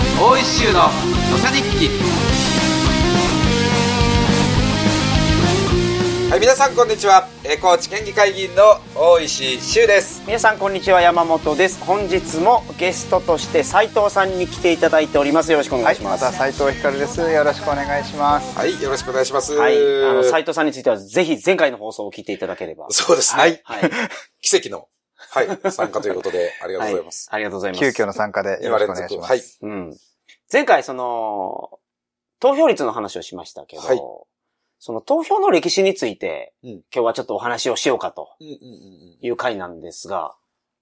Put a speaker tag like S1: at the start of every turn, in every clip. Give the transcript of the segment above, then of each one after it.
S1: 州の土佐日記
S2: はい、皆さんこんにちは。えー、高知県議会議員の大石修です。
S3: 皆さんこんにちは山本です本日もゲストとして斉藤さんに来ていただいておりますよろしくお願
S4: はいい、
S3: しま
S4: ますた
S3: はい、
S4: 斉藤光です。よろしくお願いします。
S2: はい、よろしくお願いします。
S3: あの斉藤さんについてはぜひ前回の放送を聞いていただければ
S2: そうですね。
S3: はい、はい、
S2: 奇跡の、はい、参加ということ で、ありがとうございます。
S3: ありがとうございます
S4: 急遽の参加でよ
S2: 今
S4: ろし
S2: 連
S4: くお願いし
S2: 続、
S4: ま
S2: は
S4: す。
S2: い。
S3: うん前回その投票率の話をしましたけど、
S2: はい
S3: その投票の歴史について、
S2: うん
S3: 今日はちょっとお話をしようかと
S2: うんうんうんうん
S3: いう回なんですが、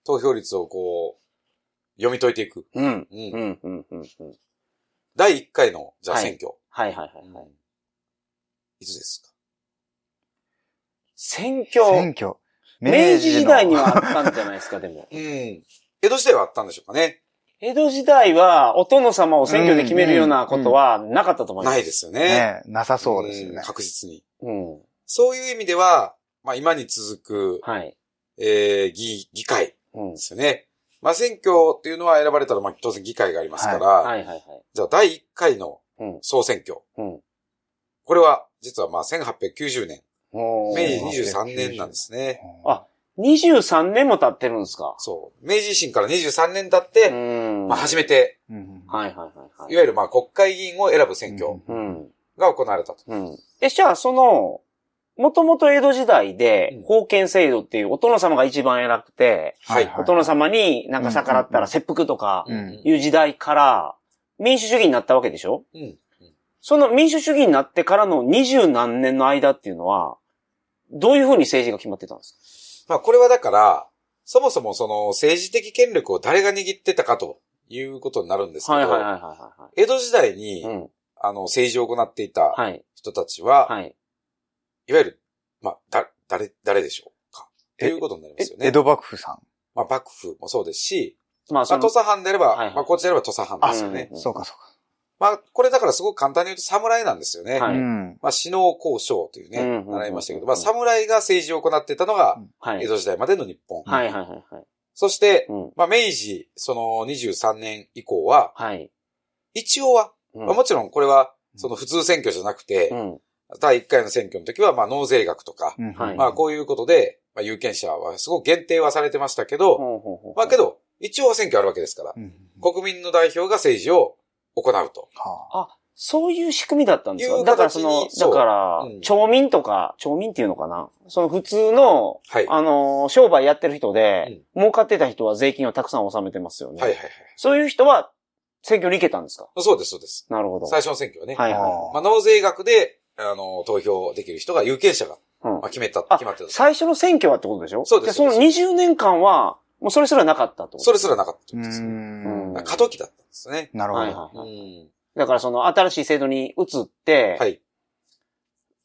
S2: 投票率をこう、読み解いていく。
S3: うん。
S2: う、
S3: うんん、うん、うん、うん。
S2: 第1回の、じゃあ
S3: はい
S2: 選挙。
S3: はいはいはい。はい
S2: い、つですか
S3: 選挙、
S4: 選挙。
S3: 明治時代にはあったんじゃないですか、でも。
S2: うん。江戸時代はあったんでしょうかね。
S3: 江戸時代は、お殿様を選挙で決めるようなことはなかったと思います。
S2: ないですよね。
S4: ね、なさそうですよ
S2: ん
S4: ね。
S2: 確実に。
S3: うん。
S2: そういう意味では、まあ今に続く、
S3: はい。
S2: えー、議、議会。
S3: うん
S2: で。すよね。まあ、選挙っていうのは選ばれたら、まあ、当然議会がありますから、
S3: はいはいはい。
S2: じゃあ、第1回の
S3: うん。
S2: 総選挙。
S3: うん。
S2: これは、実はまあ、1890年、
S3: お
S2: 明
S3: ー
S2: 治23年なんですね。
S3: あ、23年も経ってるんですか。
S2: そう。明治維新から23年経っ
S3: う
S2: て、
S3: ん。
S2: まあ、初めて、
S4: うん
S3: はいはいはいはいい。
S2: わゆるまあ、国会議員を選ぶ選挙
S3: うん。
S2: が行われたと。
S3: うん。え、じゃあ、その、もともと江戸時代で
S2: うん、
S3: 封建制度っていうお殿様が一番偉くて、
S2: はい。
S4: はい
S3: お殿様になんか逆らったら切腹とか
S4: うん
S3: いう時代から民主主義になったわけでしょ
S2: うん。
S3: その民主主義になってからの二十何年の間っていうのは、どういうふうに政治が決まってたんですか
S2: まあ、これはだから、そもそもその政治的権力を誰が握ってたかということになるんですけど、
S3: はいはいはいはいはい。
S2: 江戸時代に、
S3: うん。
S2: あの、政治を行っていた
S3: はい。
S2: 人たちは、
S3: はい。
S2: いわゆる、まあ、だ、誰、誰でしょうか。と
S4: え
S2: いうことになりますよね。
S4: 江戸幕府さん。
S2: まあ、幕府もそうですし、
S3: ま
S2: ま
S3: あ、
S2: あ、
S3: そ
S2: 土
S3: の、
S2: 佐藩であれば、
S3: はいはい
S2: まあ、こっちであれば土佐藩ですよね。
S3: うん
S4: そうかそうか。
S2: まあ、これだからすごく簡単に言うと侍なんですよね。
S3: はい
S4: うん。
S2: まあ、死能交渉というね、
S3: うんうんうんうん
S2: 習いましたけど、まあ、侍が政治を行っていたのが、
S3: はい。
S2: 江戸時代までの日本。
S3: はいはいはいはい。
S2: そして、
S3: うん。
S2: まあ、明治、その23年以降は、
S3: はい。
S2: 一応は、
S3: うん
S2: まあ、もちろんこれは、その普通選挙じゃなくて、
S3: うん。
S2: 第1回の選挙の時は、まあ、納税額とか、
S4: うん
S3: はい
S2: まあ、こういうことで、まあ、有権者はすごく限定はされてましたけど、
S3: ほうほうほう
S2: まあけど、一応は選挙あるわけですから、
S4: うん
S2: 国民の代表が政治を行うと。
S4: はあ
S3: あ、そういう仕組みだったんです
S2: いう
S3: かだからそ
S2: 形
S3: の
S2: に、そ
S3: だ
S2: う
S3: から
S2: うん、
S3: 町民とか、町民っていうのかなその普通の、
S2: はい。はい
S3: あのー、商売やってる人で、儲かってた人は税金をたくさん納めてますよね。
S2: はいはい。
S3: そういう人は、選挙に行けたんですか
S2: そうです、そうです。
S3: なるほど。
S2: 最初の選挙はね。
S3: はいはい。
S2: まあ、納税額で、あの、投票できる人が、有権者が、
S3: うん
S2: まあ、決めた、
S3: あ
S2: 決まってた。
S3: 最初の選挙はってことでしょ
S2: そうです
S3: じゃあその
S2: そうで
S3: 20年間は、もうそれすらなかったってこと
S2: それすらなかったってこ
S4: う
S2: とですね。
S4: ん
S3: うん
S2: 過渡期だったんですね。
S4: なるほ
S3: はい
S4: ど。
S3: はいはい。
S2: ん。
S3: だからその新しい制度に移って、
S2: はい。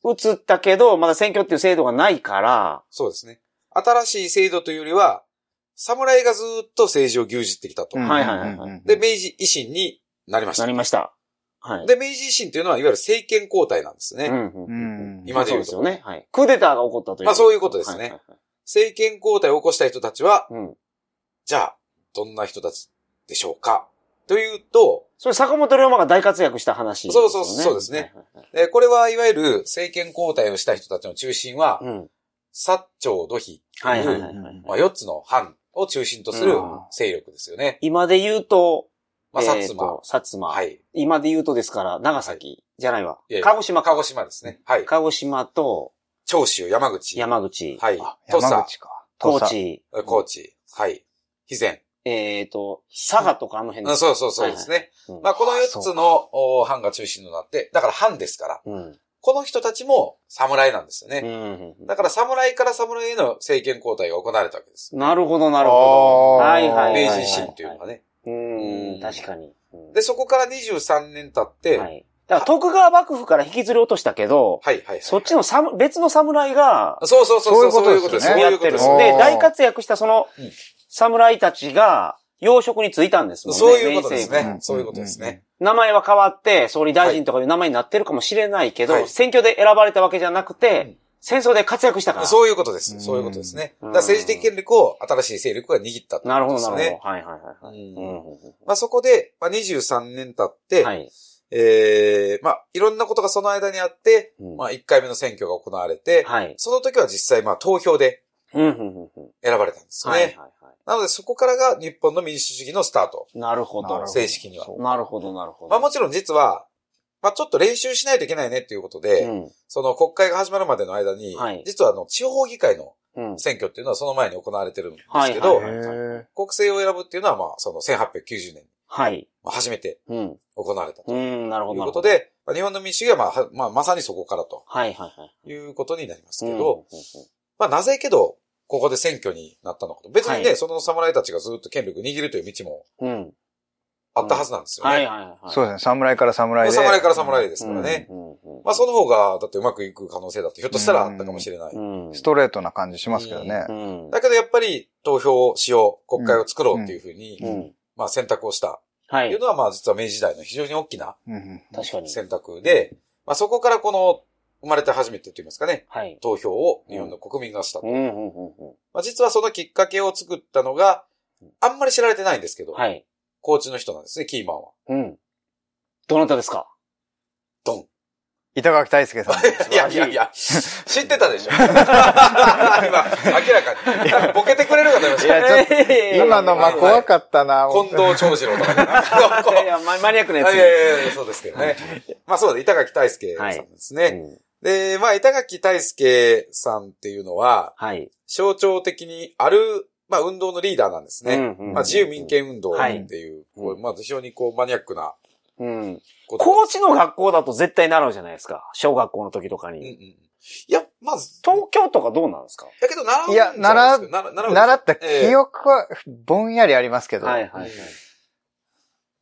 S3: 移ったけど、まだ選挙っていう制度がないから、
S2: そうですね。新しい制度というよりは、侍がずっと政治を牛耳ってきたと。
S4: うん
S3: はいはいはいはい
S4: うん
S2: で、明治維新になりまし
S3: な
S2: た
S3: り。ました。はい。
S2: で、明治維新というのは、いわゆる政権交代なんですね。
S3: うんうん
S4: う
S3: うん
S4: ん
S2: 今で
S3: そ
S2: 言
S3: うで
S2: う
S3: す
S2: と
S3: よね。はい。クーデターが起こったという。
S2: まあそういうことですね
S3: はいはいはい
S2: 政権交代を起こした人たちは、
S3: うん。
S2: じゃあ、どんな人たちでしょうかというと、
S3: それ坂本龍馬が大活躍した話ですよね。
S2: そうそうそうですね
S3: はいはいはい。
S2: えーこれはいわゆる政権交代をした人たちの中心は、
S3: うん。
S2: 薩長土肥と、
S3: はいいうはいはいはい。
S2: まあ、4つの藩を中心とする
S3: うん
S2: 勢力ですよね。
S3: 今で言うと、
S2: まあ、薩
S3: えー
S2: 摩
S3: と。薩摩。
S2: はい。
S3: 今で言うとですから、長崎、じゃないわ
S2: いやい。や
S3: 鹿児島か
S2: 鹿児島ですね。はい。
S3: 鹿児島と
S2: 長州、山口。
S3: 山口、
S2: はい
S4: あ。
S2: 土佐
S4: 山、口か。
S3: 高
S4: 土佐。
S3: 知、
S2: 高知。はい。肥前。
S3: えっ、と、佐賀とかあの辺
S2: うん
S3: です。
S2: そうそうそうですね。
S3: うん
S2: まあ、この4つのお藩が中心となって、だから藩ですから、
S3: うん。
S2: この人たちも侍なんですよね。
S3: うん
S2: だから侍から侍への政権交代が行われたわけです。
S3: なるほど、なるほど。
S4: あー
S3: はいはい
S2: 明
S3: は
S2: 治維
S3: いはい。
S2: 新というのがね。
S3: うん、確かに。うん
S2: で、そこから23年経って、
S3: は
S2: はい、
S3: い。だから徳川幕府から引きずり落としたけど、
S2: はいはいはい
S3: そっちのさむ別の侍が、
S2: そうそうそうそう、そう
S4: そう
S2: い
S4: いうう
S2: こ
S4: こ
S2: で。
S4: ととですす
S2: そ
S4: ね
S2: う
S3: や
S2: いう
S3: っ
S2: こと
S3: て
S2: で。
S3: るんですす。
S4: そうい
S3: で、
S4: うことですね
S3: 大活躍したその
S2: うん、
S3: 侍たちが、養殖に就いたんですもんね。
S2: そういうことです
S3: 明治政
S2: ね
S4: う。ん
S2: そういうことですね。
S3: 府名前は変わって、総理大臣とかいう名前になってるかもしれないけど、
S2: はい
S3: 選挙で選ばれたわけじゃなくて、
S2: うん
S3: 戦争で活躍したから。
S2: そういうことです
S4: う。ん
S2: そういうことですね。
S3: う
S2: だ
S3: ん
S2: から政治的権力を新しい勢力が握ったって
S3: なる
S2: こ
S3: ほ
S2: と
S3: ど、
S2: です
S3: な
S2: よね。
S3: るほど。はいはいはいはい。
S2: うん
S3: うん
S2: まあそこで、まあ、23年経って、
S3: はい。
S2: ええまあいろんなことがその間にあって、
S3: うん
S2: まあ1回目の選挙が行われて、
S3: はい。
S2: その時は実際まあ投票で
S3: うんうんうんうん
S2: 選ばれたんですね。
S3: はいはいは
S2: なのでそこからが日本の民主主義のスタート。
S3: い。なるほ
S4: なるほ
S3: ど
S4: ど。
S2: 正式には
S4: そう
S3: なるほど、なるほど。
S2: まあもちろん実は、まあちょっと練習しないといけないねっていうことで、
S3: うん
S2: その国会が始まるまでの間に、
S3: はい
S2: 実はあの地方議会の
S3: うん。
S2: 選挙っていうのはその前に行われてるんですけ
S3: そ
S2: ど、
S3: うはいはい
S4: へ
S2: 国政を選ぶっていうのはまあその1890年、
S3: はい。
S2: まあ初めて
S3: うん。
S2: 行われたと
S3: うん、なるほ
S2: い
S3: ど。
S2: う
S3: なる
S2: こと
S3: ほど。
S2: で、まあ日本の民主主義はまあは、まあまさにそこからと
S3: はいはいはい。
S2: いうことになります
S3: うん
S2: け
S3: うん
S2: ど、まあなぜけど、ここで選挙になったのかと。別にね、
S3: はい
S2: その侍たちがずっと権力握るという道も
S3: うんうん。
S2: あったはずなんですよね。
S3: はいはいはい。
S4: そうですね。侍から侍で。
S2: 侍から侍ですからね。
S3: うんうんうん
S2: まあその方が、だってうまくいく可能性だって、ひょっとしたらあったかもしれない。
S3: うん。
S4: ストレートな感じしますけどね。
S3: うん。
S2: だけどやっぱり投票をしよう、国会を作ろうっていうふうに、
S3: うん。
S2: まあ選択をした。
S3: は
S2: とい。
S3: いう
S2: のはまあ実は明治時代の非常に大きな
S4: うんうん
S3: 確かに。
S2: 選択で、まあそこからこの生まれて初めてといいますかね、
S3: はい。
S2: 投票を日本の国民がした。
S3: うんうんうんうん。
S2: まあ実はそのきっかけを作ったのが、あんまり知られてないんですけど、
S3: はい。
S2: 高知の人なんですね、キーマンは。
S3: うん。どなたですか
S2: ドン。
S4: 板垣大輔さん。
S2: いやいやいや、知ってたでしょ。 今、明らかに。ボケてくれるかと思いまし
S4: いや
S2: た。
S4: ちょっと今のまあ
S2: まこ
S4: 怖かったな。
S2: 近藤長次郎とかね。
S3: いやいや、ママニアックなや
S2: いや
S3: つ。
S2: いやいや、そうですけどね。まあそうだ、板垣大輔さんですね。
S3: うん
S2: で、まあ板垣大輔さんっていうのは、
S3: はい。
S2: 象徴的にある、まあ運動のリーダーなんですね。
S3: うんうんうん
S2: まあ自由民権運動っていう、
S3: は
S2: こ
S3: いう
S2: まあ非常にこうマニアックな
S3: うん。
S2: こと。
S3: 高知の学校だと絶対習うじゃないですか。小学校の時とか
S2: うんうん
S3: に。
S2: いや、まあ、
S3: 東京とかどうなんですか
S2: だけど習うん
S4: い
S2: じゃ
S4: や
S2: なですかな習う
S4: 習った
S2: ええ
S4: 記憶はぼんやりありますけど、
S3: はいはいはい。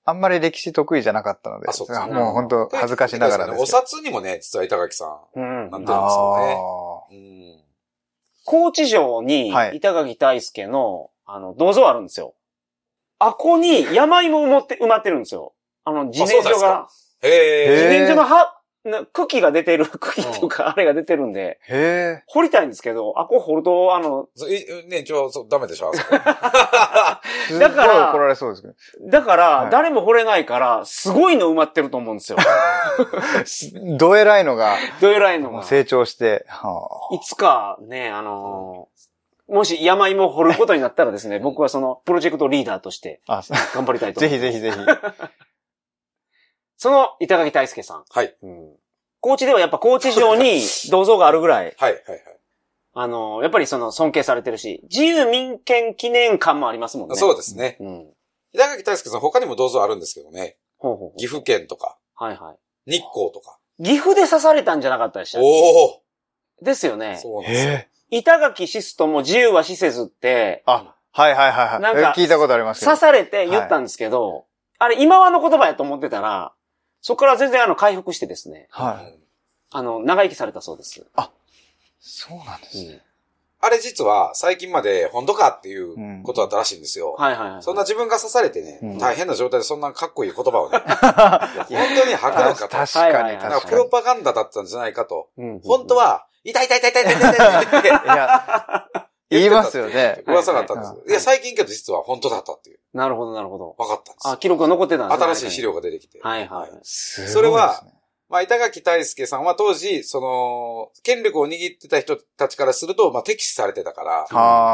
S4: あんまり歴史得意じゃなかったので、
S2: あそうか
S4: もう本当恥ずかしながら
S2: ね。
S4: で
S2: お
S4: すけど。
S2: 札にもね、実は板垣さん。
S3: うん。
S2: なんて
S4: あ
S2: うん。
S3: 高知城に
S4: は、い
S3: 板垣大輔の、あの、銅像あるんですよ。あこに山芋埋まって、埋まってるんですよ。あの、自然
S2: あそうなんで
S3: 薯
S2: すか
S3: が、
S2: へ
S4: へ
S2: え。
S4: え
S3: 自然薯の葉、な茎が出てる、 茎っていうか、あれが出てるんで、
S4: ーへ
S3: 掘りたいんですけど、あこ掘ると、あの、
S2: そいね、一応、そうダメでしょあそこ
S4: え。すっごい
S3: だから
S4: 怒られそうですけ
S3: だから
S4: は、い
S3: 誰も掘れないから、すごいの埋まってると思うん ですよ。
S4: ど。どえらいのが、
S3: どえらいの
S4: も
S3: が
S4: う。成長して、はい
S3: つかね、あのーもし山芋を掘ることになったら ですね、僕はそのプロジェクトリーダーとして
S4: ああそう
S3: 頑張りたいと
S4: ぜ
S3: 思い
S4: ひ
S3: ます。
S4: ぜひぜひ。
S3: その板垣大輔さん。
S2: はい。
S3: うん。高知ではやっぱ高知 城に銅像があるぐらい、
S2: はい、はい、はい。
S3: あのーやっぱりその尊敬されてるし、自由民権記念館もありますもんね。
S2: そうですね。
S3: う。うん。
S2: 平垣大輔さん、他にも銅像あるんですけどね。
S3: ほうほうほ
S2: 岐阜県とか、
S3: う。はいは
S2: 日光とか。
S3: い。岐阜で刺されたんじゃなかったでしたっけ
S2: おお、
S3: ですよね。
S2: そうなんですよ。
S4: ええ。
S3: 板垣シスとも自由は死せずって、
S4: あ、はいはいはいはい。
S3: なんか
S4: え聞いたことありますけど
S3: 刺。されて言ったんですけど、あれ、今はの言葉やと思ってたら、そこから全然あの、回復してですね、
S4: はい。
S2: うん
S3: あの、長生きされたそうです。
S4: そうなんですね。
S2: あれ実は、最近まで本当かっていうことだったらしいんですよ。
S3: はいはいはい。
S2: そんな自分が刺されてね、
S4: うん
S2: 大変な状態でそんなかっこいい言葉をね、本当に吐くの
S4: あ
S2: か
S4: 確
S2: と。
S3: はいは
S4: か
S3: い
S4: に
S3: はい
S2: なんか
S4: 確
S2: プ
S4: か
S2: ロ
S4: に。
S2: パガンダだったんじゃないかと。
S3: うん、
S2: 本当は、痛い痛い痛い痛い痛い痛い痛いって
S4: いや、言いますよね。
S2: 噂があったんです
S4: は
S2: よ。いや、最近けど実は本当だったっていう。
S3: なるほどなるほど。
S2: 分かったんですよ
S3: あ、記録が残ってたんですね
S2: 新しい資。料が出てきて。
S3: はいはい。
S4: すご い
S2: それは
S4: ですね、
S2: まあ、板垣大輔さんは当時、その、権力を握ってた人たちからすると、まあ、敵視されてたから、
S3: は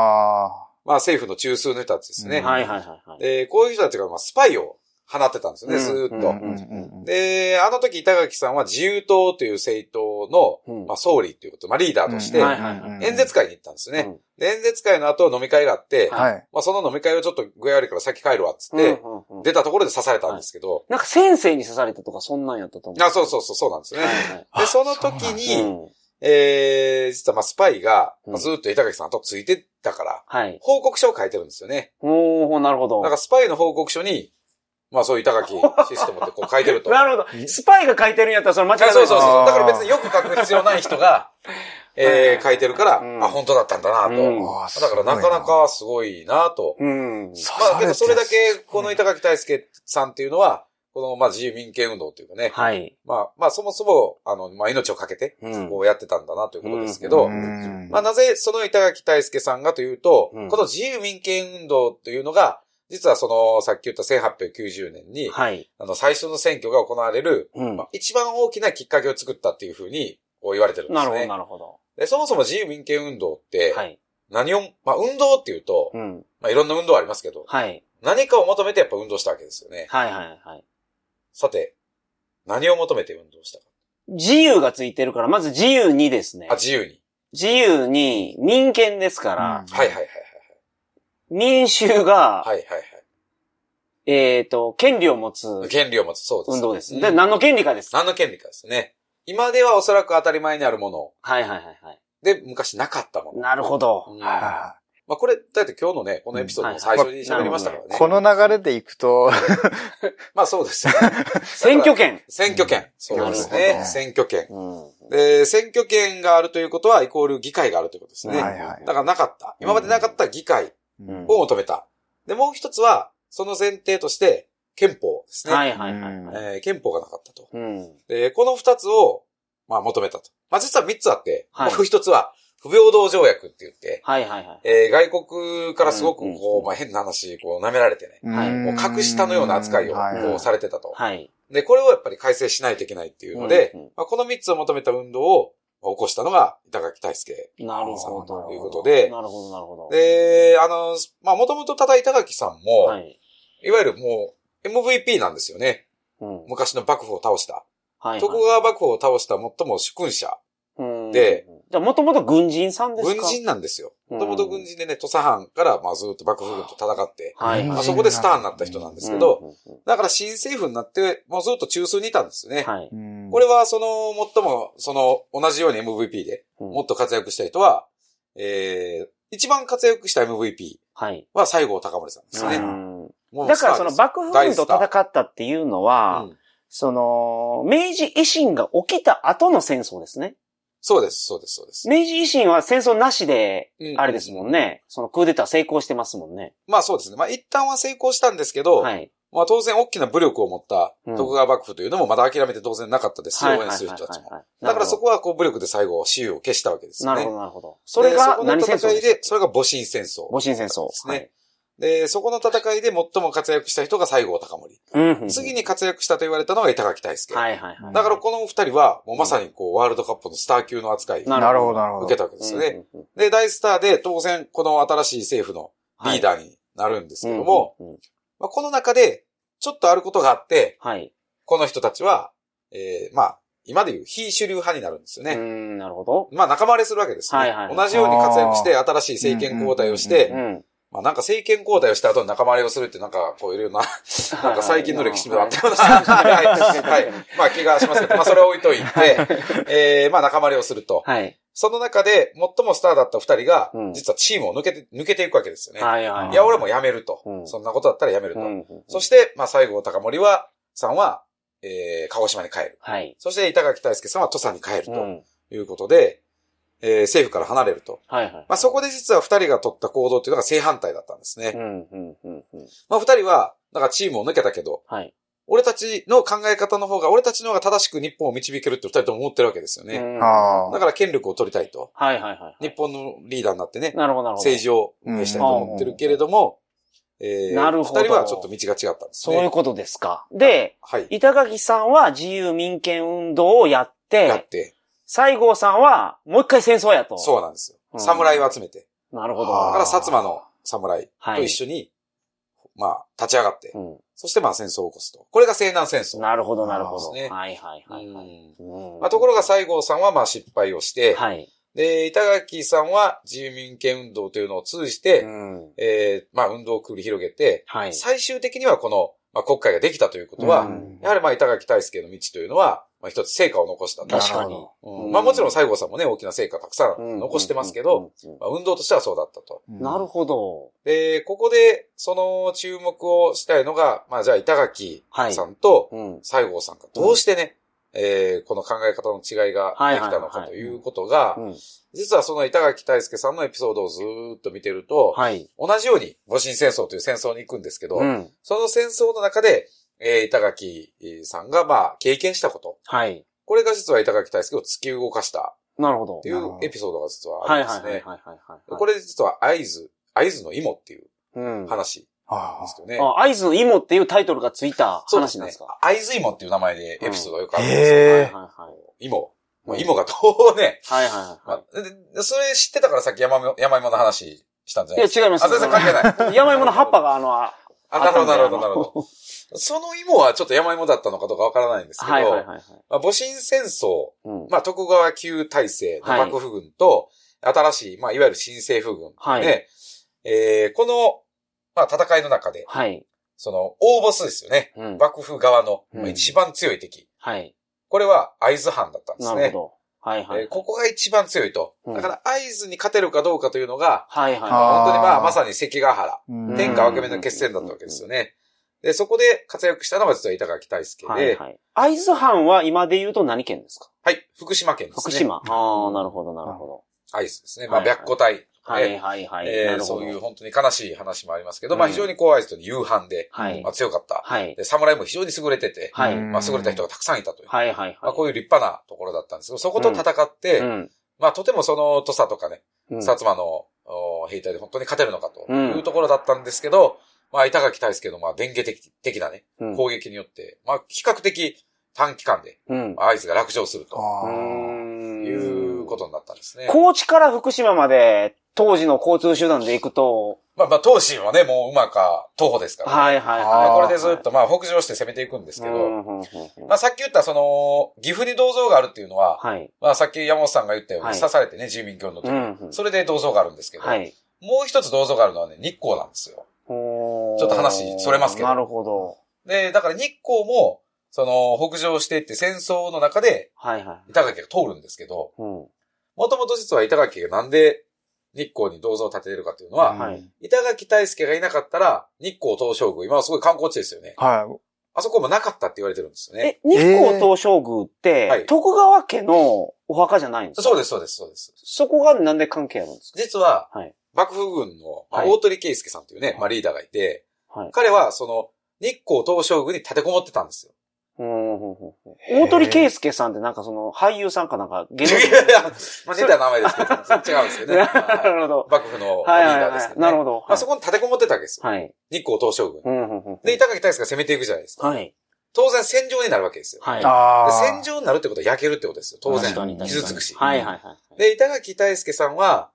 S4: あ
S2: まあ、政府の中枢の人たちですね。
S4: うん
S3: はいはいはいはい。
S2: で、こういう人たちが、まあ、スパイを放ってたんですよね、
S3: うん
S2: ずーっ
S4: あ。
S2: と。
S3: うんうん
S2: で、あの時板垣さんは自由党という政党の、
S3: うん
S2: まあ、総理ということ、まあ、リーダーとして
S3: うん、はいはい
S2: 演説会に行ったんですね。
S3: うん
S2: で、演説会の後飲み会があって、
S4: はい。
S2: まあ、その飲み会をちょっと具合悪いから先帰るわ、っつって、
S3: うんうんうん
S2: 出たところで刺されたんですけど、
S3: なんか先生に刺されたとかそんなんやったと思う。
S2: あ、そうそうそう、そうなんですよね。
S3: はいは
S2: で、
S3: い
S2: その時
S3: う
S2: に、
S3: ん
S2: えー、実はまあスパイが、まあ
S3: うん
S2: ずっと板垣さんとついてったから、
S3: はい。
S2: 報告書を書いてるんですよね。
S3: おー、なるほど。
S2: だからスパイの報告書に、まあそういう板 垣システムってこう書いてると。
S3: なるほど。スパイが書いてるんやったらそれ間違いない。
S2: そうそうそ
S4: あ
S2: う。
S4: ー
S2: だから別によく書く必要ない 人が、えー、書いてるから、
S3: うん
S2: あ、本当だったんだなと。
S3: うん
S4: あー
S2: だからなかな、かすごいなと。
S3: うん。
S4: すごいな
S2: まあけどそれだけ、この
S4: 刺され
S2: 板
S4: て
S2: 垣大輔さんっていうのは、この、まあ、自由民権運動というかね、
S3: はい。
S2: まあ、まあ、そもそも、あの、まあ、命をかけて、
S3: うん
S2: こうやってたんだなということですけど、
S3: そ
S4: うん
S2: まあ、なぜその板垣大輔さんがというと、
S3: うん
S2: この自由民権運動というのが、実はその、さっき言った1890年に、
S3: はい。
S2: あの、最初の選挙が行われる、
S3: うん。
S2: まあ
S3: な、
S2: 一番大きなきっかけを作ったっていうふうに、こう言われてるんです
S3: るほど、
S2: ね。
S3: なるほど。
S2: で、そもそも自由民権運動って、
S3: はい。
S2: 何を、まあ、運動っていうと、
S3: うん。
S2: まあ、いろんな運動はありますけど、
S3: はい。
S2: 何かを求めてやっぱ運動したわけですよね。
S3: はいはいはい。
S2: さて、何を求めて運動したか。
S3: 自由がついてるから、まず自由にですね
S2: あ、。自由に。
S3: 自由に民権ですから、
S4: うん
S2: はいはいはい
S3: 民衆が、
S2: はい。はいはい
S3: えっ、と、権利を持つ
S2: はい。権利を持つ、そうです。
S3: 運動です。
S2: うん
S3: で、何の権利かです。はい
S2: 何の権利かですね。今ではおそらく当たり前にあるもの
S3: はいはいはい。
S2: で、昔なかったもの。
S3: なるほど。
S2: うんま
S4: はあ
S2: あこれ、だって今日のね、このエピソードの最初に喋りましたからね。
S4: この流れでいくと、
S2: まあそうですよ。
S3: 選挙権。
S2: 選挙権。そうですね。
S4: うん
S2: 選挙権。
S3: うん。
S2: で、選挙権があるということは、イコール議会があるということですね。
S4: はいはい
S2: だからなかった。今までなかった議会
S3: うん
S2: を求めた。で、もう一つは、その前提として、憲法ですね。
S3: はいはいはいはい。
S2: えー憲法がなかったと。
S3: うん。
S2: で、この二つを、まあ求めたと。まあ実は三つあって、
S3: はい
S2: もう一つは、不平等条約って言って、
S3: はいはいはい。
S2: えー外国からすごく
S3: うん
S2: こ
S3: うん
S2: う、まあ変な話、こう舐められてね、
S3: はい
S2: もう格下のような扱いを
S4: は
S2: こうされてたと。
S3: はい。
S2: で、これをやっぱり改正しないといけないっていうので、
S3: うんうん
S2: まあ、この三つを求めた運動をまあ起こしたのが板垣大輔。
S3: なるほど。
S2: ということで
S3: なるほどなるほど。
S2: で、あの、まあもともとただ板垣さんも、、
S3: はいい。
S2: わゆるもう MVP なんですよね。
S3: うん。はい
S2: 昔の幕府を倒した。
S3: はい。
S2: 徳川幕府を倒した最も主君者。
S3: うん
S2: で、
S3: じゃあもともと軍人さんですか
S2: 軍人なんですよ。
S3: うん
S2: もともと軍人でね、土佐藩からまあずっと幕府軍と戦って、
S3: はい。
S2: ま
S4: うん
S2: あ、そこでスターになった人なんですけど、
S3: うんうんうん
S2: だから新政府になって、もうずっと中枢にいたんですよね。
S3: はい。
S2: これはその、最も、その、同じように MVP で、
S3: うん
S2: もっと活躍した人は、えー、一番活躍した MVP
S3: はい。
S2: は西郷隆盛さんです
S3: う
S2: ね。
S3: ん
S2: もう
S3: だからその
S2: スター
S3: 幕府軍と戦ったっていうのは、
S2: ですうん
S3: その、明治維新が起きた後の戦争ですね。
S2: そうです、そうです、そうです。
S3: 明治維新は戦争なしで、
S2: うん
S3: あれですもんね。そのクーデター成功してますもんね。
S2: まあそうですね。まあ一旦は成功したんですけど、
S3: はい。
S2: まあ当然大きな武力を持った
S3: うん
S2: 徳川幕府というのもまだ諦めて当然なかったですし、
S3: はい
S2: 応援する人たちも。。だ
S3: だ
S2: からそこはこう武力で最後、私有を消したわけですよ
S3: な
S2: ね。
S3: るほど、なるほど。それが何戦
S2: でそこの
S3: 争
S2: 戦いで
S3: で、
S2: それが戊辰戦争。
S3: 戊辰戦争。
S2: ですね。で、そこの戦いで最も活躍した人が西郷隆盛。
S3: はい。うんうん。
S2: 次に活躍したと言われたのが板垣大輔。
S3: はいはいはい。
S2: だからこのお二人は、もうまさにこう、ワールドカップのスター級の扱いを
S3: な
S4: なるほど、なるほど。
S2: 受けたわけですよね。
S3: うんうんうん。
S2: で、大スターで、当然、この新しい政府のリー
S3: ー
S2: ダーになるんですけども、、
S3: うんうんうん
S2: まあ、この中で、ちょっとあることがあって、
S3: はい。
S2: この人たちは、えー、まあ、今でいう非主流派になるんですよ
S3: う
S2: ね。
S3: ん、なるほど。
S2: まあ、仲間割れするわけですね。
S3: はいはいはい
S2: 同じように活躍して、新しい政権交代をし
S4: う
S2: て
S3: う、ん。
S2: まあ、なんか政権交代をした後に仲間割れをするって、なんか、こうい ろんな、
S3: な
S2: なんか最近の歴史であったような、はい、はい。まあ、気がしますけど、まあ、それは置いといて、えー、まあ、仲間割れをすると。
S3: はい。
S2: その中で、最もスターだった二人が
S3: うん、
S2: 実はチームを抜けて、抜けていくわけですよね。
S3: はいはい
S2: いや、俺も辞めると。
S3: うん
S2: そんなことだったら辞めると。
S3: うんうん
S2: そして、まあ、西郷隆盛は、さんは、えー、鹿児島に帰る。
S3: はい。
S2: そして、板垣大輔さんは土佐に帰る
S3: う
S2: と
S3: ん。
S2: いうことで、えー、政府から離れると。
S3: はいはい。
S2: まあ、そこで実は二人が取った行動っていうのが正反対だったんですね。
S3: うん、うん、うん、うん。
S2: まあ、二人は、なんかチームを抜けたけど、
S3: はい。
S2: 俺たちの考え方の方が、俺たちの方が正しく日本を導けるって二人とも思ってるわけですよ
S3: う
S2: ね。
S3: ん
S4: あ
S2: だから権力を取りたいと。
S3: はいはいはいはい。
S2: 日本のリーダーになってね、
S3: なるほど、なるほど。
S2: 政治を運営したいと思ってるけれども、えー、
S3: なるほど
S2: 二人はちょっと道が違ったんです
S3: そ
S2: ね。
S3: ういうことですか。で、
S2: はい。
S3: 板垣さんは自由民権運動をやっ、
S2: やってて、
S3: 西郷さんはもう一回戦争やと。
S2: そうなんですよ。
S3: うん
S2: 侍を集めて、
S3: う。なるほど。
S2: だ
S4: あー
S2: から薩摩の侍
S3: は
S2: と
S3: い
S2: 一。緒に、まあ、立ち上がって、
S3: う
S2: そしてまあ戦争を起こすと。これが西南戦
S3: ん
S2: 争。
S3: なるほど、なるほど。
S2: ですね
S3: はいはいはいはい。
S2: うん
S3: うん
S2: まあ、ところが西郷さんはまあ失敗をして、
S3: はい。
S2: で、板垣さんは自由民権運動というのを通じて、
S3: うん
S2: えーまあ運動を繰り広げて、
S3: はい。
S2: 最終的にはこの、まあ、国会ができたということ
S4: あ
S2: は、
S3: うん
S2: やはりまあ板垣大輔の道というのは、まあ一つ成果を残したんだ
S3: 確か
S4: なる
S3: に
S4: ほ。
S2: うんまあもちろん西郷さんもね、大きな成果たくさ
S3: うん
S2: ん残してますけど、、
S3: うんうんうん
S2: まあ、運動としてはそうだったと。
S4: うん
S3: なるほど。
S2: で、ここで、その注目をしたいのが、まあじゃあ板垣さんと
S3: うん。
S2: 西郷さんがどうしてね、えーこの考え方の違いができたの
S3: はいはいはいは
S2: か
S3: い
S2: ということが
S3: う、ん
S2: 実はその板垣大輔さんのエピソードをずーっと見てると、
S3: はい。
S2: 同じように戊辰戦争という戦争に行くんですけど、
S3: うん。
S2: その戦争の中でえー、板垣さんが、まあ、経験したこと。
S3: はい。
S2: これが実は板垣大輔を突き動かした
S3: なるほど
S2: ってい。うエピソードが実はあ
S3: は
S2: る
S3: い
S2: んで
S3: はい
S2: す
S3: はいはい
S2: ね。
S3: はいはい。
S2: こ、れ実は合図、合図の芋っていう
S3: うん。
S2: 話なん
S4: あ
S2: ですけどね。
S3: あ、合図の芋っていうタイトルがついた
S2: そうで
S3: 話
S2: す
S3: な
S2: ね
S3: んですか。。
S2: 合図芋っていう名前でエピソードがよくあ
S4: あ。
S2: るんですよ。
S3: はい
S4: へえ。
S3: は
S2: 芋。まあ、
S3: い。
S2: 芋がどうね。
S3: はいはい
S2: ま
S3: は
S2: あででそれ知ってたからさっき山芋山芋の話したんじゃ
S3: い。
S2: ないい
S3: や、
S2: ですか。
S3: 違います。
S2: あ、全然関係ない。
S3: い。 山芋の葉っぱが、あ の、あ
S2: あ、なるほど、なるほど、
S3: あ
S2: なるほ ど。その芋はちょっと山芋だったのかどうかわからないんですけど、
S3: はいはいはいはい。
S2: まあ、戊辰戦争、
S3: うん。
S2: まあ、徳川旧体制の幕府軍と、新しい、まあ、いわゆる新政府軍
S3: はい
S2: で、えーこの、まあ、戦いの中で、
S3: はい。
S2: その、大ボスですよね。
S3: うん。
S2: 幕府側のまあ
S3: うん
S2: 一番強い敵。
S3: はい。
S2: これは会津藩だったんです
S3: な
S2: ね。
S3: るほど。はいはい。
S2: えーここが一番強いと。
S3: うん
S2: だから会津に勝てるかどうかというのが、
S3: はいはい。
S4: あー
S2: 本当にまあ、まさに関ヶ原、
S4: うん
S2: 天下分け目の決戦だったわけですよね。で、そこで活躍したのが実は板垣大輔で、は
S3: はい
S2: い、
S3: はい。会津藩は今で言うと何県ですか
S2: 福島県です
S3: 福
S2: ね。
S3: 島。ああ、なるほどなるほ
S2: 会津ですね。まあ、
S3: はいはい
S2: 白虎隊とか
S3: ど。は
S2: ね、
S3: いはいはい。
S2: えー
S3: なるほ
S2: そう
S3: ど。
S2: いう本当に悲しい話もありますけど、まあ
S3: うん
S2: 非常にこう会津と夕飯で、
S3: はい
S2: まあ、。強かった。
S3: はい。
S2: で、侍も非常に優れてて、
S3: はい。
S4: うん
S2: まあ優れた人がたくさんいたという、
S3: はいはい
S2: まあ
S3: は
S2: こういう立派なところだったんですけど、そこと戦って、
S3: い。うん。
S2: まあとてもその土佐とかね、
S3: うん
S2: 薩摩のお兵隊で本当に勝てるのかと
S3: うん
S2: いうところだったんですけど、まあ、板垣大輔の、まあ、電撃的的なね、
S3: うん
S2: 攻撃によって、まあ、比較的短期間で、
S3: うん。
S2: まあ合図が落城すると
S4: あー
S2: いうことになったんですね。
S3: 高知から福島まで、当時の交通手段で行くと、
S2: まあ、まあ、当時はね、もう馬か徒歩ですから、
S3: はいはい
S2: まあ、
S3: は
S4: あー
S3: い。
S2: これでずっと、まあ、北上して攻めていくんですけ
S3: う
S2: ど、
S3: んうんうんうん
S2: まあ、さっき言った、その、岐阜に銅像があるっていうのは、
S3: はい。
S2: まあ、さっき山本さんが言ったように、
S3: はい
S2: 刺されてね、住民票の時、
S3: うんうん
S2: それで銅像があるんですけど、
S3: はい。
S2: もう一つ銅像があるのはね、日光なんですよ。
S3: ちょ
S2: ちょっと話それますけど
S3: なるほど。
S2: で、だから日光も、その、北上していって戦争の中で
S3: はいはい。
S2: 板垣が通るんですけど、
S3: うん。
S2: もともと実は板垣がなんで日光に銅像を建ててるかっていうのは、
S4: うん
S3: はい。
S2: 板垣大輔がいなかったら、日光東照宮、今はすごい観光地ですよね。
S4: は
S2: あそこもなかったって言われてるんですよね。
S3: え、日光東照宮って、
S2: はい
S3: 徳川家のお墓じゃないんですか。
S2: そうですす、そうです、そうです。
S3: そこがなんで関係あるんです
S2: 実は、
S3: はい
S2: 幕府軍の、まあ
S3: はい
S2: 大鳥圭介さんというね、まあ、リーダーがいて、
S3: かはい。
S2: 彼はその、日光東照宮に立てこもってたんですよ。
S3: うんうんうんうん
S4: へー。
S3: 大鳥圭介さんってなんかその俳優さんかなんか芸
S2: い
S3: 能
S2: や
S3: 人
S2: いやいや、 まあ、似た名前ですけど、違うんですよね。
S3: な
S2: はい
S3: るほど。
S2: 幕府のリー
S3: はいはい
S2: ダーです
S3: は
S2: け
S3: い。
S2: どね
S3: なる。ほど。
S2: まあ、そこに立てこもってたわけですよ。
S3: はい。
S2: 日光東照宮。
S3: うんうんうんうん
S2: で、板垣大輔が攻めていくじゃないですか。
S3: はい。
S2: 当然戦場になるわけですよ。
S3: はいい。
S2: で
S4: ああ。
S2: 戦場になるってことは焼けるってことですよ。当然
S3: 確かに確かに
S2: 傷つくし
S3: はいはいはい。
S2: で、板垣大輔さんは、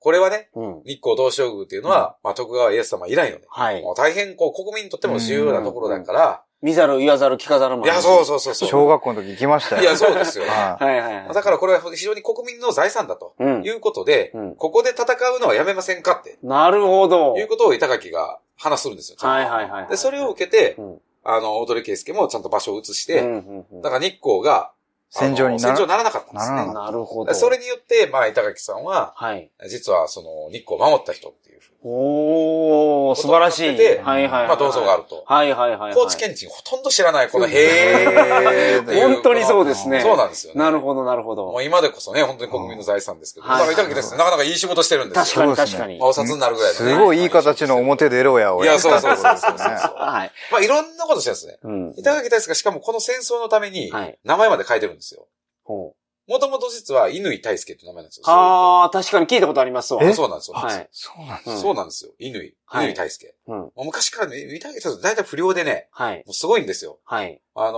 S2: これはね、
S3: うん。
S2: 日光東照宮っていうのは、まあ、徳川家康様以来のね、
S3: はい。
S2: もう大変こう国民にとっても重要なところだから、
S3: 見ざる言わざる聞かざるも
S2: いや、そう
S3: う。
S2: そうそうそ
S4: 小学校の時行きました
S2: う。
S4: よ。
S2: いや、そうですよ。
S4: は
S3: はいはいはい。
S2: だからこれは非常に国民の財産だと
S3: ら、うん
S2: い。うことで、
S3: うん
S2: ここで戦うのはやめませんかって、
S3: なるほど。
S2: いうことを板垣が話するんですよ。
S3: はいはいはいはい。
S2: で、それを受けて
S3: う、ん、
S2: あの、大鳥圭介もちゃんと場所を移し
S3: う
S2: て、
S3: んうんうん
S2: だから日光が、あの
S4: 戦場にな
S2: 戦場
S4: ら
S2: にならなかったんです
S4: なら
S2: ね
S4: な。かっ
S3: なるほ
S2: で
S3: ど。
S2: それによって、まあ、板垣さんは、
S3: はい。
S2: 実はその日光を守った人っていうふうに、
S3: おー、素晴らしい。
S2: ことになってて
S3: はいはいはい。
S2: まあ、銅像があると。
S3: はいはいはいはい。
S2: 高知県人ほとんど知らない、この、
S3: うん
S2: へーっていう。
S3: 本当にそう
S2: で
S3: ですね。
S2: そうなんですよね。
S3: なるほどなるほ
S2: も
S3: ど。
S2: う今でこそね、本当に国民の財産ですけど、
S3: は
S2: だ
S3: い
S2: から板垣ですね、なかなかいい仕事してるんです
S3: 確
S2: よ。
S3: か
S4: そ
S3: に確
S4: うですね
S3: かに。
S2: お札になるぐらいのね
S4: すごいいい形の表出ろや、
S2: い
S4: 俺。
S2: や、そうそうそうそうそう
S4: ね
S3: はい。
S2: まあ、いろんなことしてるんですね。
S3: うん。
S2: 板垣大輔がしかもこの戦争のために
S3: はい、
S2: 名前まで変えてるんですよ。
S3: ほう
S2: もともと実は、乾大輔って名前なんですよ。
S3: あー、確かに聞いたことありますわ。
S2: ずっと
S4: え
S2: そうなんですよ。
S3: はい。
S4: そうなんだ。
S3: うん
S2: そうなんですよ。乾。
S3: は
S2: 乾
S3: い
S2: 大輔。
S3: うん。
S2: もう昔からね、三谷さん大体不良でね、
S3: はい。
S2: もうすごいんですよ。
S3: はい。
S2: あのー、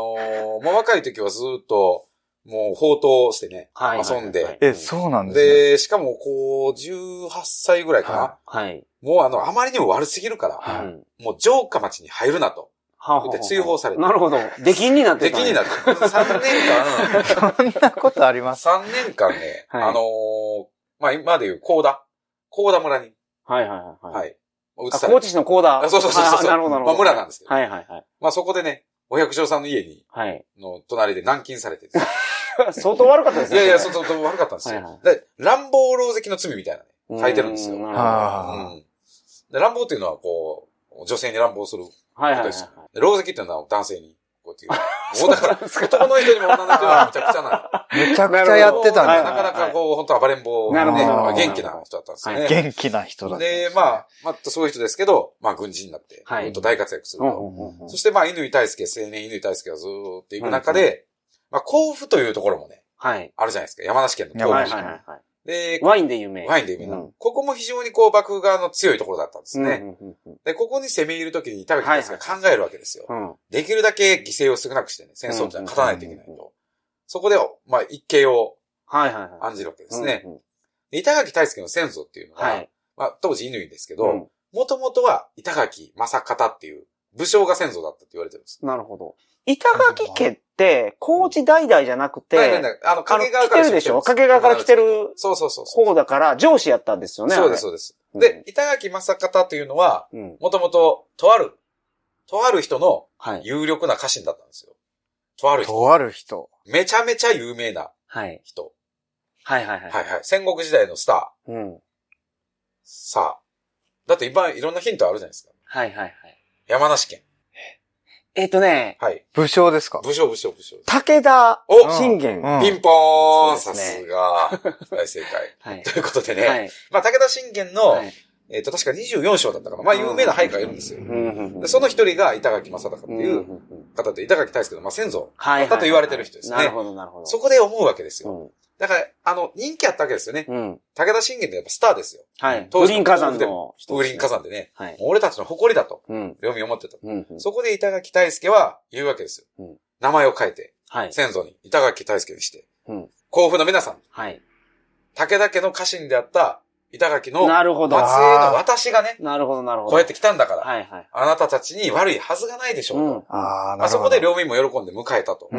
S2: もう若い時はずっと、もう放蕩してね、
S3: はい。
S2: 遊んで。
S4: え、そうなんですね。
S2: で、しかもこう、18歳ぐらいかな。
S4: は
S3: はい。
S2: もうあの、あまりにも悪すぎるから、
S4: はい
S3: うん
S2: もう城下町に入るなと。
S3: はあはあは
S2: で
S3: あ
S2: 追放されて
S3: なるほど。出禁になって
S2: で、気
S3: た。
S2: にな
S3: っ
S2: って。3年間、
S4: そんなことあり ます。
S2: 3年間ね、
S3: はい
S2: あのー、まあ、今でいう高田。高田村に、
S3: た。はいはいはい。。
S2: はいい。移
S3: あ、
S2: され
S3: 高
S2: て
S3: 知市の高田。
S2: あそうそうそうそう
S3: あなるほどなるほど。
S2: まあ村なんですけど
S3: はいはいはい。
S2: まあ、そこでね、お百姓さんの家に、
S3: はい。
S2: の隣で軟禁されて ですね
S3: 相当悪かったです
S2: い
S3: ね。
S2: やいや、
S3: そ
S2: そ
S3: れ
S2: うそうそう悪かったんです
S3: はいは
S2: よ。で乱暴狼藉の罪みたいなね、書いてるんですよ。
S3: う
S2: うん。
S4: あー
S2: で乱暴っていうのは、こう、女性に乱暴するこ
S3: はいは
S2: と
S3: いはい
S2: で
S3: は
S2: す
S3: い
S2: よ。。で狼藉っていうのは男性に、こうっていう。もうだから、男の人にも女の人にもむちゃくちゃな。
S4: めちゃくちゃやってたん
S3: はい
S4: だ
S2: なかなかこう、本当暴れん坊
S3: な
S2: で、
S4: るほ
S2: ね、
S4: ど
S2: まあ元気な人だったんですよね。
S4: 元気な人だったん
S2: で、
S4: すね
S2: まあ、まあ、そういう人ですけど、まあ、軍人になって、
S3: はい
S2: うんと大活躍する
S3: うん
S2: と。
S3: うんうん
S2: そして、まあ、犬大輔、青年犬大輔がずーっと行く中で、まあ、甲府というところもね、
S3: はい。
S2: あるじゃないですか。山梨県の
S3: は
S2: 甲
S3: い
S2: 府
S3: は
S2: 市
S3: いはいはい。
S2: で、
S3: ワインで有名。
S2: ワ
S3: イ
S2: イ
S3: ン
S2: ンで有名な
S3: うん。
S2: ここも非常にこう、幕府側の強いところだったんですね。
S3: うんうん
S2: で、ここに攻め入るときに田口大輔が考えるわけですよ。
S3: うん。うん
S2: できるだけ犠牲を少なくしてね、戦争ってのは勝たないといけない
S3: うんうん
S2: と。そこで、まあ、一計を
S3: はいはいはい。
S2: 案じるわけですね
S3: う。んうん。
S2: で板垣大輔の先祖っていうの
S3: は
S2: は、
S3: い。
S2: まあ、当時犬ですけ
S3: う
S2: ど、
S3: ん
S2: もともとは板垣正方っていう武将が先祖だったって言われてるんです。
S3: なるほど。板垣家って、高知代々じゃなく
S2: ないない
S3: て、
S2: ないあの、
S3: あの、
S2: 掛川
S3: 来
S2: か
S3: て
S2: ら
S3: るでしょ掛
S2: て
S3: 川から来てる
S2: そうそうそうそう。
S3: 方だから、上司やったんですよね。
S2: そうです、
S3: あ
S2: そうです。
S3: れ
S2: で、、板垣正方というのは、
S3: うんうん。
S2: もともと、とある、とある人の
S3: はい。
S2: 有力な家臣だったんですよ。とある人。
S4: とある人。
S2: めちゃめちゃ有名な
S3: はい。
S2: 人。
S3: はいはいはい。
S2: はいはい。戦国時代のスター。
S3: うん。
S2: さあ。だって今、いろんなヒントあるじゃないですか。
S3: はいはいはい。
S2: 山梨県。
S3: えっとね、
S2: はい。
S4: 武将ですか
S2: 武将武将武将。
S3: 武田
S2: お
S3: 信玄。
S4: うん
S2: ピンポーン
S3: そ
S2: さ
S3: うです
S2: す
S3: ね
S2: が。大正解。
S3: はい。
S2: ということでね。
S3: はい。
S2: まあ、武田信玄の、
S3: はい
S2: えっ、と、確か24章だったかな。まあ、有名な配下がいるんですよ。
S3: うんうんう
S2: で
S3: ん
S2: その一人が板垣正孝ってい
S3: うんう
S2: うん
S3: うん
S2: 方で、板垣大輔の、まあ、先祖。
S3: はいはいはい
S2: だと言われてる人ですね
S3: なるほどなるほど。
S2: そこで思うわけですよ。
S3: う
S2: だから、あの、人気あったわけですよね。
S3: ん。うん。
S2: 武田信玄ってやっぱスターですよ。
S3: はい。
S2: 当
S3: グ
S2: 時
S3: リ
S2: の
S3: ーン火山の人
S2: ウ
S3: ですね。
S2: リン火山でね。
S3: はい。
S2: もう俺たちの誇りだと、
S3: うん。
S2: 読み思ってた。
S3: うんうん。
S2: そこで板垣大輔は言うわけですよ。
S3: うん
S2: 名前を変えて。
S3: はい。
S2: 先祖に板垣大輔にして、
S3: うん
S2: 甲府の皆さん、
S3: はい。
S2: 武田家の家臣であった板垣の
S3: なるほど。
S2: 末裔の私がね、
S3: なるほどなるほど。
S2: こうやって来たんだから、
S3: はいはい。
S2: あなたたちに悪いはずがないでしょうと。
S3: うん。
S4: ああ、な
S2: あ
S4: るほ
S2: そ
S4: ど。
S2: こで領民も喜んで迎えたと。
S4: うー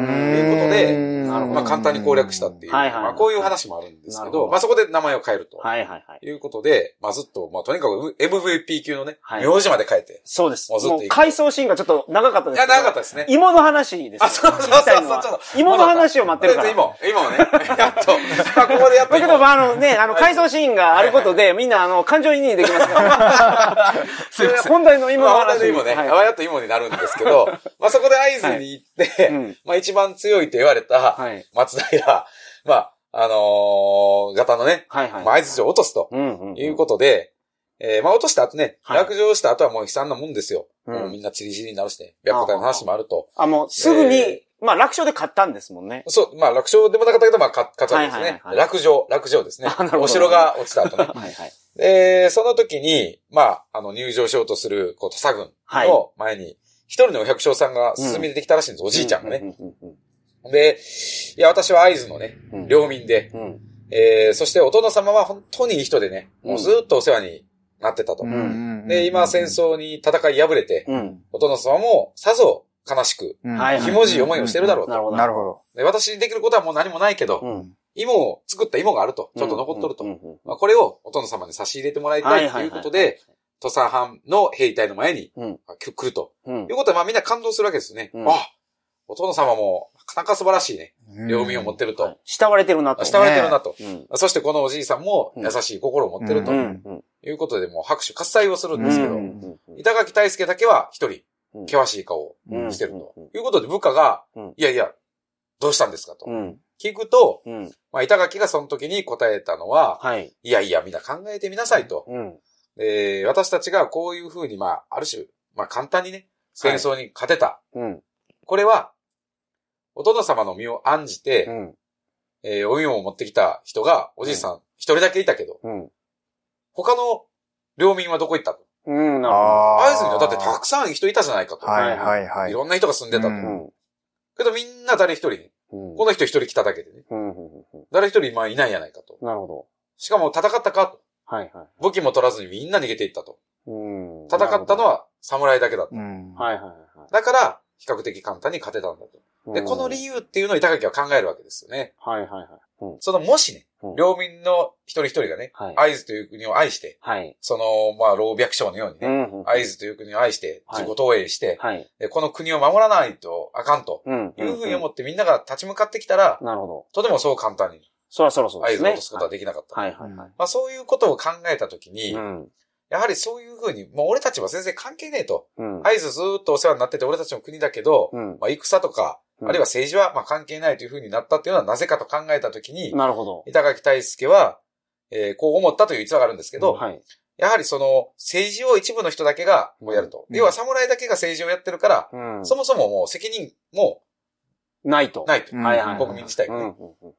S2: い
S4: ん、
S2: うことで
S3: なるほど
S2: まあ簡単に攻略したっていう、
S3: はいはいはい
S2: まあこういう話もあるんです
S3: な
S2: け
S3: る
S2: ど、
S3: ほど
S2: まあそこで名前を変えると。
S3: はいはいはい。
S2: い、うことで、まあずっと、まあとにかく MVP 級のね、
S3: はい
S2: 名字まで変えて。
S3: そうです。
S2: もうずっと
S3: も
S2: 行く
S3: う回想シーンがちょっと長かった
S2: い
S3: です
S2: や、
S3: けど。
S2: 長かったですね。
S3: 芋の話です。
S2: あそうそうそうそう
S3: 聞きたいのは
S2: ちょっ
S3: 芋の話を待ってるか
S2: とり
S3: ら。
S2: あえず今、今もね、 やっと、まあここでやっと
S3: だけ
S2: 今
S3: ど、まあ、あのね、あの、
S2: はい
S3: 回想シーンがあることで、みんな、あの、感情移入できま すから。それ本題の今の
S2: まあ、本
S3: 話。
S2: 当に今ね、
S3: はい
S2: あわやっと芋になるんですけ ど、まあそこで合図に行って、
S3: うん
S2: まあ一番強いと言われた
S3: はい。
S2: 松平、まあ、あのー、型のね、
S3: はいはい。
S2: まあ合図を落とすと
S3: うんうんうん。
S2: いうことで、えーまあ落とした後ね、
S3: はい
S2: 落城した後はもう悲惨なもんですよ。
S3: うん
S2: もうみんなチリチリになるしね、白虎の話もあると。
S3: あ、もう、すぐに
S2: え、
S3: まあ、楽勝で買ったんですも んね。
S2: そう、まあ落城でもなかったけど、まあ勝勝つわけですね。
S3: はいはいはい
S2: 落城、落城ですね
S3: あなる。ほど
S2: お城が落ちた後ね。
S3: はいはい。
S2: で、その時に、まあ、あの、入場しようとする、こう、土佐軍の前に、一人のお百姓さんが進み出てきたらしいんです、おじいちゃんがね。
S3: ね。うんうん
S2: で、いや、私は合図のね、
S3: うん
S2: 領民で、
S3: うん。
S2: えー、そしてお殿様は本当にいい人でね、もうずっとお世話になってたと。
S3: ん
S2: で、今戦争に戦い敗れて、
S3: うん。
S2: お殿様もさぞ悲しく、
S4: うん、
S3: はいはい
S2: ひもじい思いをしてるだろう
S3: なるほ
S2: と。
S3: ど。
S4: なる
S3: ほ
S4: ほど。
S2: で私にできることはもう何もないけど、
S3: うん。
S2: 芋を、作った芋があると、ちょっと残っとると。
S3: うんうん
S2: まあ、これをお殿様に差し入れてもらいたいということで、、土佐藩の兵隊の前に、
S3: うん
S2: まあ来来ると。
S3: う
S2: い
S3: ん
S2: うことは、まあみんな感動するわけですよね。
S3: うん
S2: あ、お殿様も、なかなか素晴らしいね、領民を持ってると。
S3: はい慕われてるなと。
S2: 慕われてるなと。
S3: うん。
S2: そしてこのおじいさんも優しい心を持ってる
S3: う
S2: と
S3: ん。うん
S2: いうことで、もう拍手喝采をするんですけ
S3: う
S2: ど、
S3: んうんうん
S2: 板垣大輔だけは一人
S3: うん、
S2: 険しい顔を
S3: うん
S2: してると
S3: うん。
S2: いうことで、部下が
S3: うん、
S2: いやいや、どうしたんですかと。
S3: うん。
S2: 聞くと、
S3: うん。
S2: まあ、板垣がその時に答えたのは、
S3: はい。
S2: いやいや、みんな考えてみなさいと。
S3: うん。
S2: えー私たちがこういうふうに、まあ、ある種、まあ、簡単にね、戦争に勝てた。
S3: うん。
S2: これは、お殿様の身を案じて、
S3: うん。
S2: えーお湯を持ってきた人が、おじいさん一人だけいたけど、
S3: うん。
S2: 他の領民はどこ行ったと。
S3: うん。なるほど。
S4: あ
S2: 合
S4: あ。
S2: 図にはだってたくさん人いたじゃないかと。
S4: はいはいはいい。
S2: ろんな人が住んでたと。
S4: うん
S2: けどみんな誰一人ね、
S3: うん。
S2: この人一人来ただけでね、
S3: うんうんうんう
S2: 誰一人今いないやないかと。
S3: んなるほど。
S2: しかも戦ったかと。
S3: はいはい。
S2: 武器も取らずにみんな逃げていったと。
S3: うん
S2: 戦ったの
S3: は、
S2: は侍だけだと。
S4: うん。
S3: はいはいは
S2: だから、比較的簡単に勝てたんだと。
S3: い。
S2: で、この理由っていうのを板垣は考えるわけですよね。
S3: はいはいはい。うん
S2: その、もしね
S3: うん、
S2: 領民の一人一人がね、
S3: はい。
S2: 合図という国を愛して、
S3: はい。
S2: その、まあ、老百姓のように
S3: う
S2: ね、
S3: んうん。
S2: 合図という国を愛して、
S3: はい
S2: 自己投影して、
S3: はい。
S2: でこの国を守らないとあかんと
S3: うん。
S2: いうふうに思
S3: っ
S2: ってみんなが立ち向かってきたら、
S3: なるほど。
S2: とてもそう簡単に
S3: そらそらそう
S2: 合
S3: で
S2: 図
S3: す
S2: を
S3: ね。
S2: 落とすことはできなかった。
S3: はいはいはい。
S2: まあ、そういうことを考えたときに、
S3: うん。
S2: やはりそういうふうに、もう俺たちは全然関係ねえと。
S3: うん。
S2: 合図ずーっとお世話になってて俺たちの国だけど、
S3: うん。
S2: まあ戦とか、
S3: う
S2: あ
S3: ん
S2: るいは政治はまあ関係ないというふうになったっていうのはなぜかと考えたときに、
S3: なるほど。
S2: 板垣大輔は、えーこう思ったという逸話があるんですけど、
S3: はい。
S2: やはりその政治を一部の人だけがこうやると。
S4: うん
S2: 要は侍だけが政治をやってるから、
S3: うん。
S2: そもそももう責任も
S3: ないと。
S2: ないと。
S4: うん
S3: はいはいはい。
S2: 国民自体
S3: う
S2: がね
S3: んうんうん。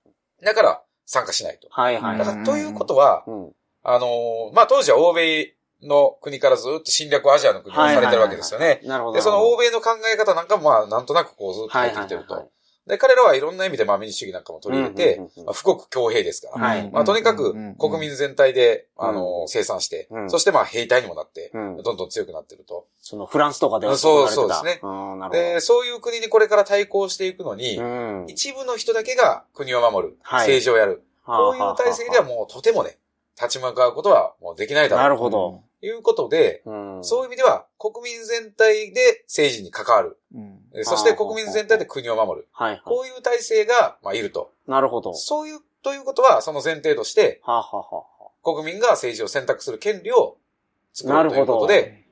S2: だから参加しないと。
S3: はいはい
S2: だ
S3: は
S2: か
S3: い。
S2: らということは、
S3: うん。
S2: あのーまあ、当時は欧米の国からずっと侵略をアジアの国にされてるわけですよね。。
S3: なるほど。
S2: で、その欧
S3: 米
S2: 米の考え方なんかも、まあ、なんとなくこうずっと入ってきてると。で、彼らはいろんな意味で、まあ、民主主義なんかも取り入れて、
S3: うんうんうん
S2: まあ、富国強兵ですから。
S3: はい
S4: うん
S2: まあ、とにか
S4: う
S2: く
S4: ん、
S2: 国民全体で、
S3: うん
S2: あのー、生産して
S3: う、ん
S2: そしてまあ、兵隊にもなって、
S3: うん
S2: どんどん強くなってると。
S3: そのフランスとかでは
S2: そうそうですね
S3: うん、なるほど。
S2: で、そういう国にこれから対抗していくのに
S3: う、ん
S2: 一部の人だけが国を守る、
S3: はい
S2: 政治をやる。こういう体制では
S3: は
S2: もうとてもね、立ち向かうことはもうできない
S3: あはあ
S2: だ
S3: はあ
S2: ろう
S3: なるほど。
S2: ということで、
S3: うん
S2: そういう意味では国民全体で政治に関わる。
S4: うん。
S2: えそして国民全体で国を守る。
S3: はいは
S2: こういう体制が、まあ、いると。
S3: い。なるほど。は
S2: そういう、ということは、その前提として、
S3: あはあはあは
S2: 国民が政治を選択する権利を作
S3: な
S2: る
S3: る
S2: と
S3: ほ
S2: いう
S3: ど
S2: ことで、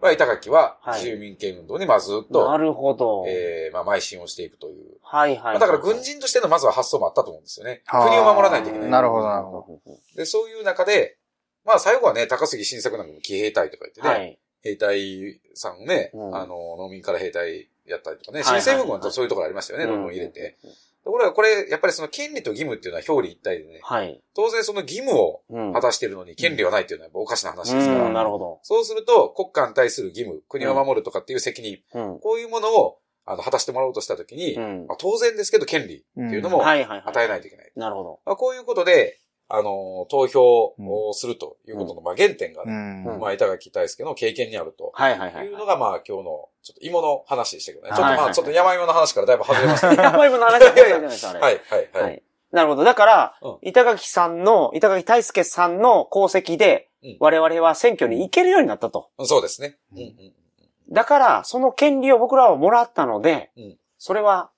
S2: まあ、板垣は
S3: はい
S2: 自由民権運動にまあずっ
S3: あな
S2: と、
S3: るほど。
S2: えーまあ、邁進をしていくという。
S3: はいはいは
S2: ま
S3: い。
S2: あだから軍人としてのまずは発想もあったと思うんですよね。
S4: はあ
S2: 国を守らないといけ
S4: う
S2: なんい。
S4: なるほどなるほ
S3: ど。
S2: で、そういう中で、まあ最後はね、高杉晋作なんかも騎兵隊とか言ってね、
S3: はい。
S2: 兵隊さんをね、
S3: うん
S2: あの、農民から兵隊やったりとかね、
S3: はいはいは
S2: 新
S3: い
S2: 政府軍とそういうところありましたよね、どんどん入れて。ところがこれ、やっぱりその権利と義務っていうのは表裏一体でね、
S3: はい。
S2: 当然その義務を
S3: うん
S2: 果たしてるのに権利はないっていうのはやっぱおかしな話ですか
S3: う
S2: ら、
S3: ん、なるほど。
S2: そうすると国家に対する義務、国を守るとかっていう責任、
S3: うん。
S2: こういうものをあの果たしてもらおうとしたときに、
S3: うん
S2: まあ、当然ですけど権利っていうのも
S3: は
S2: 与
S3: いはいはい。
S2: えないといけない。
S3: なるほ
S2: まあ、こういうことで、あのー投票をするということの、まあ、原点が、
S4: うん。
S3: うん
S2: まあ、板垣大輔の経験にあると
S3: ど。はいはいはいい。
S2: うのが、まあ、今日の、ちょっと芋の話でしたけどね。ちょっと、
S3: はい
S2: まあ、ちょっと山芋の話からだいぶ外れました
S3: い
S2: けど。
S3: やばいもの話はないじゃないですか、あれ。
S2: はい、はい、
S3: は
S2: はい。
S3: い。なるほど。だから
S2: うん、
S3: 板垣さんの、板垣大輔さんの功績で
S2: うん、
S3: 我々は選挙に行けるようになったと。
S2: そうですね。う、
S4: うんん
S2: うん。
S3: だから、その権利を僕らはもらったので
S2: うん、
S3: それは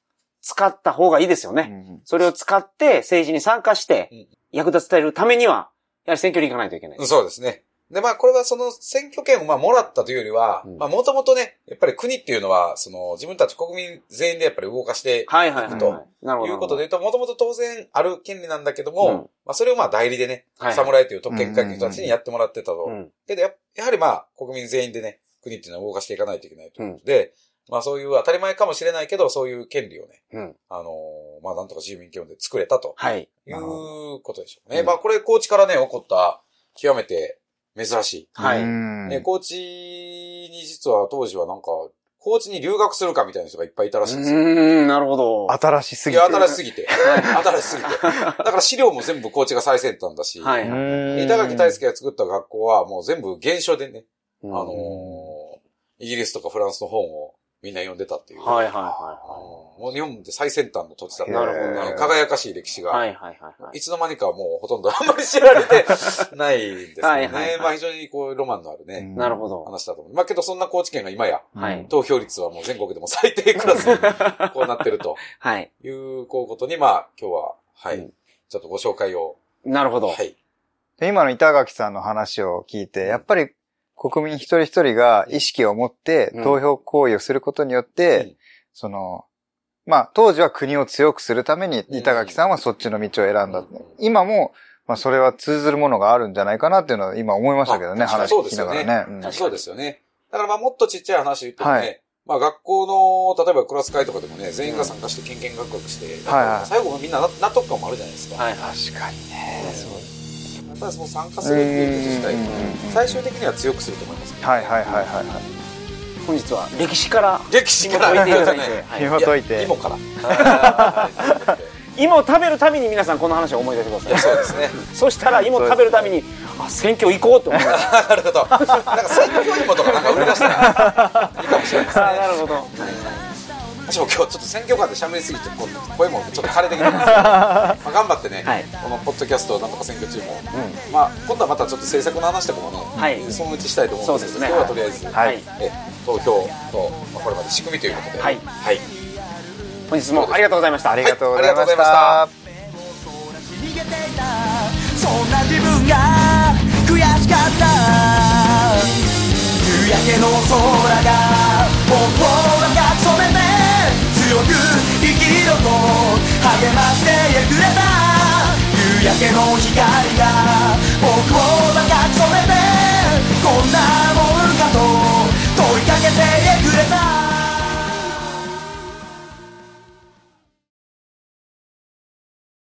S3: 使った方がいいですよ
S4: う
S3: ね。
S4: ん
S3: それを使って政治に参加し
S2: うん
S3: て、役立てるためには、やはり選挙に行かないといけない。
S2: そうですね。で、まあ、これはその選挙権をまあ、もらったというよりは、
S3: うん
S2: まあ、もともとね、やっぱり国っていうのは、その、自分たち国民全員でやっぱり動かして、
S3: はいはいはい
S2: 行
S3: は
S2: く
S3: い。
S2: と
S3: なるほど。
S2: いうことで
S3: な
S2: 言
S3: る
S2: うと、もともと当然ある権利なんだけども、
S3: うん
S2: まあ、それをまあ、代理でね、
S3: はい
S2: 侍という特権階級の人たちにやってもらってたと
S3: ほど、うん
S2: けどや、やはりまあ、国民全員でね、国っていうのは動かしていかないといけないということで、まあそういう当たり前かもしれないけど、そういう権利をね、
S3: うん
S2: あのーまあなんとか自民権で作れたと
S3: はい。
S2: いう
S4: なる
S2: ことでしょうね。
S3: うん
S2: まあこれ、高知からね、起こった、極めて珍し
S3: はい。う
S4: う
S2: い。
S3: ん
S4: ん
S2: ね、高知に実は当時はなんか、高知に留学するかみたいな人がいっぱいいたらしいんですよ。
S3: ーん、なるほど。
S4: 新しす
S2: い
S4: ぎて。
S2: や、新しすぎて。新しすぎて。だから資料も全部高知が最先端だし、
S3: は
S4: う
S3: い
S4: ん
S2: 板垣大輔が作った学校はもう全部原書でね、
S3: あ
S2: あのーイギリスとかフランスの本をみんな読んでたっていう。
S3: はいはい
S2: あ
S3: は
S2: のーもう日本って最先端の土地だった。
S3: なるほど
S2: あの輝かしい歴史
S3: い
S2: が。
S3: はい。はいいはいはいはい。
S2: つの間にかもうほとんどあんまり知られ てないんですよね。
S3: はいはいはい
S2: まあ非常にこうロマンのあるね、
S3: なるほど。
S2: 話だと思う。まあけどそんな高知県が今や
S3: はい。
S2: 投票率はもう全国でも最低クラスに こうなってると
S3: はい。
S2: いうこうことに、まあ今日は、はい、
S3: うん
S2: ちょっとご紹介を。
S3: なるほど。
S2: はい。
S4: で今の板垣さんの話を聞いて、やっぱり国民一人一人が意識を持って
S3: うん
S4: 投票行為をすることによって、
S2: うん
S4: その、まあ当時は国を強くするために
S2: うん
S4: 板垣さんはそっちの道を選ん
S2: う
S4: だ。
S2: ん
S4: 今も、まあそれは通ずるものがあるんじゃないかなっていうのは今思いましたけどね、
S2: あ確
S4: 話
S2: かに
S4: 聞きながらね。うん
S2: そうですよね。だからまあもっとちっちゃい話言ってもね、
S4: はい
S2: まあ学校の、例えばクラス会とかでもね、全員が参加してけんけんがくがくして、
S4: はいはい
S2: 最後はみんな納得感もあるじゃないですか。
S3: はいはい。
S4: 確かにね。そうです
S2: やっぱりその参加するっていうこと自体
S4: うんうんうん
S2: も、最終的には強くすると思います、
S4: はいはいはいはい。
S3: 本日は歴史から
S2: 歴史から
S3: 紐解いていただいて
S2: ね。
S3: はい
S4: 紐解いて。
S2: 今から。はい
S3: 芋を食べるために皆さんこの話を思い出してくだ
S2: いや
S3: さ
S2: そうですね。
S3: い。そしたら芋を食べるために、あ、選挙行こうって思いまし
S2: なるほど。なんか選挙芋とかなんか売り出したらいいかもしれないです
S3: た。 あ
S2: ね。
S3: なるほど。
S2: 私も今日ちょっと選挙カーで喋りすぎてこう声もちょっと枯れてきたんで すけど、まあ、頑張ってね、
S3: はい
S2: このポッドキャストをなんとか選挙中も、まあ、今度はまたちょっと政策の話とかもね、
S3: はい
S2: そのうちしたいと思うんですけど
S3: そうですね
S2: 今日はとりあえず、
S3: はい。
S2: え投票と、まあ、これまで仕組みということで、
S3: はい
S2: はい、
S3: 本日もありがとうございました。
S4: ありがとうご
S2: はい
S4: ざ
S2: ありが
S4: いま
S2: とうござい
S4: し
S2: ました
S4: た。
S1: 逃げていたそんな自分が悔しかったけましてくれた夕焼けの光が僕を